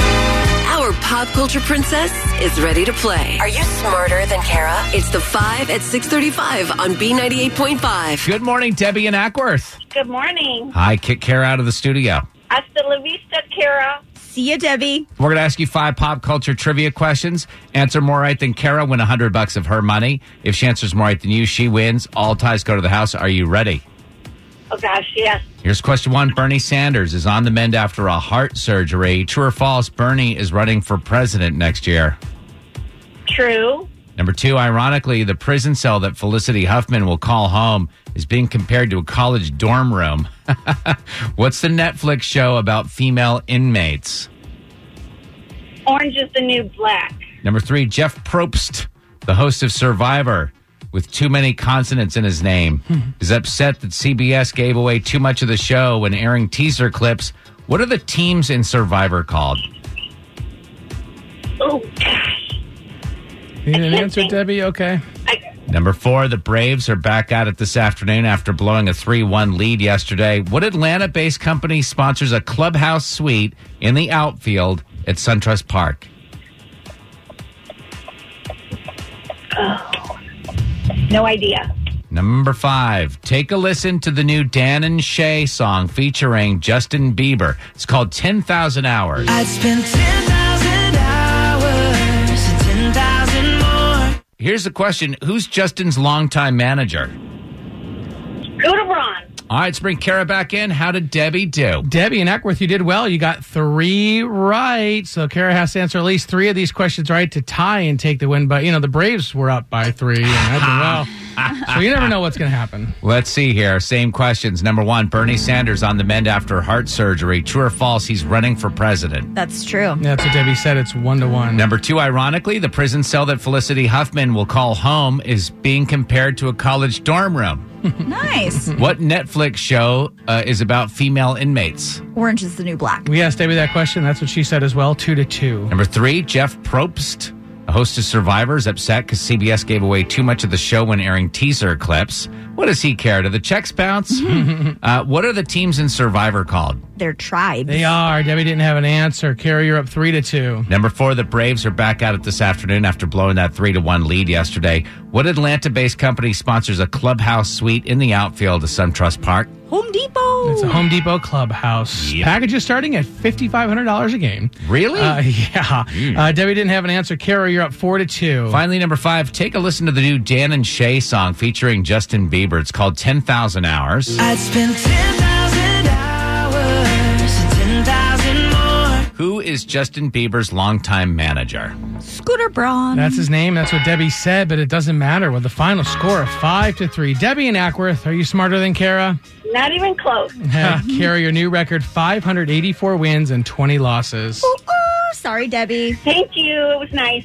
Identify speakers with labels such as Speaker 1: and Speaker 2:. Speaker 1: Our pop culture princess is ready to play.
Speaker 2: Are you smarter than Kara?
Speaker 1: It's the 5 at 635 on B98.5.
Speaker 3: Good morning, Debbie and Ackworth.
Speaker 4: Good morning.
Speaker 3: Hi, kick Kara out of the studio.
Speaker 4: Hasta la vista, Kara.
Speaker 5: See ya, Debbie.
Speaker 3: We're going to ask you five pop culture trivia questions. Answer more right than Kara, win 100 bucks of her money. If she answers more right than you, she wins. All ties go to the house. Are you ready?
Speaker 4: Oh, gosh, yes.
Speaker 3: Here's question one Bernie Sanders is on the mend after a heart surgery. True or false, Bernie is running for president next year.
Speaker 4: True.
Speaker 3: Number two, ironically, the prison cell that Felicity Huffman will call home is being compared to a college dorm room. What's the Netflix show about female inmates?
Speaker 4: Orange is the new black.
Speaker 3: Number three, Jeff Probst, the host of Survivor, with too many consonants in his name,
Speaker 6: Hmm.
Speaker 3: is upset that CBS gave away too much of the show when airing teaser clips. What are the teams in Survivor called?
Speaker 4: Oh, gosh.
Speaker 6: You need an answer, Debbie? Okay.
Speaker 4: I,
Speaker 3: Number four, the Braves are back at it this afternoon after blowing a 3 1 lead yesterday. What Atlanta based company sponsors a clubhouse suite in the outfield at SunTrust Park?
Speaker 4: no idea.
Speaker 3: Number five, take a listen to the new Dan and Shay song featuring Justin Bieber. It's called 10,000 Hours.
Speaker 7: I'd spend 10,000 hours, 10,000 more.
Speaker 3: Here's the question Who's Justin's longtime manager?
Speaker 4: Go to Ron.
Speaker 3: All right, let's bring Kara back in. How did Debbie do?
Speaker 6: Debbie and Eckworth, you did well. You got three right. So Kara has to answer at least three of these questions right to tie and take the win. But, you know, the Braves were up by three, and I did well. so you never know what's going to happen.
Speaker 3: Let's see here. Same questions. Number one, Bernie Sanders on the mend after heart surgery. True or false, he's running for president.
Speaker 5: That's true.
Speaker 6: That's what Debbie said. It's one to one.
Speaker 3: Number two, ironically, the prison cell that Felicity Huffman will call home is being compared to a college dorm room.
Speaker 5: Nice.
Speaker 3: What Netflix show uh, is about female inmates?
Speaker 5: Orange is the new black.
Speaker 6: We asked Debbie that question. That's what she said as well. Two to two.
Speaker 3: Number three, Jeff Probst, a host of Survivors, upset because CBS gave away too much of the show when airing teaser clips. What does he care? Do the checks bounce? uh, what are the teams in Survivor called?
Speaker 5: They're tribe.
Speaker 6: They are. Debbie didn't have an answer. Kara, you're up three to two.
Speaker 3: Number four, the Braves are back at it this afternoon after blowing that three to one lead yesterday. What Atlanta-based company sponsors a clubhouse suite in the outfield of SunTrust Park?
Speaker 5: Home Depot.
Speaker 6: It's a Home Depot clubhouse. Packages starting at $5,500 a game.
Speaker 3: Really? Hmm.
Speaker 6: Uh, yeah. Uh, Debbie didn't have an answer. Kara, you're up four to two.
Speaker 3: Finally, number five, take a listen to the new Dan and Shay song featuring Justin Bieber. It's called 10,000 Hours.
Speaker 7: I'd spend 10,000 hours, 10,000 more.
Speaker 3: Who is Justin Bieber's longtime manager?
Speaker 5: Scooter Braun.
Speaker 6: That's his name. That's what Debbie said, but it doesn't matter. With the final score of five to three, Debbie and Ackworth, are you smarter than Kara? Uh,
Speaker 4: Not even close.
Speaker 6: Kara, your new record: 584 wins and 20 losses.
Speaker 5: Ooh, sorry, Debbie.
Speaker 4: Thank you. It was nice.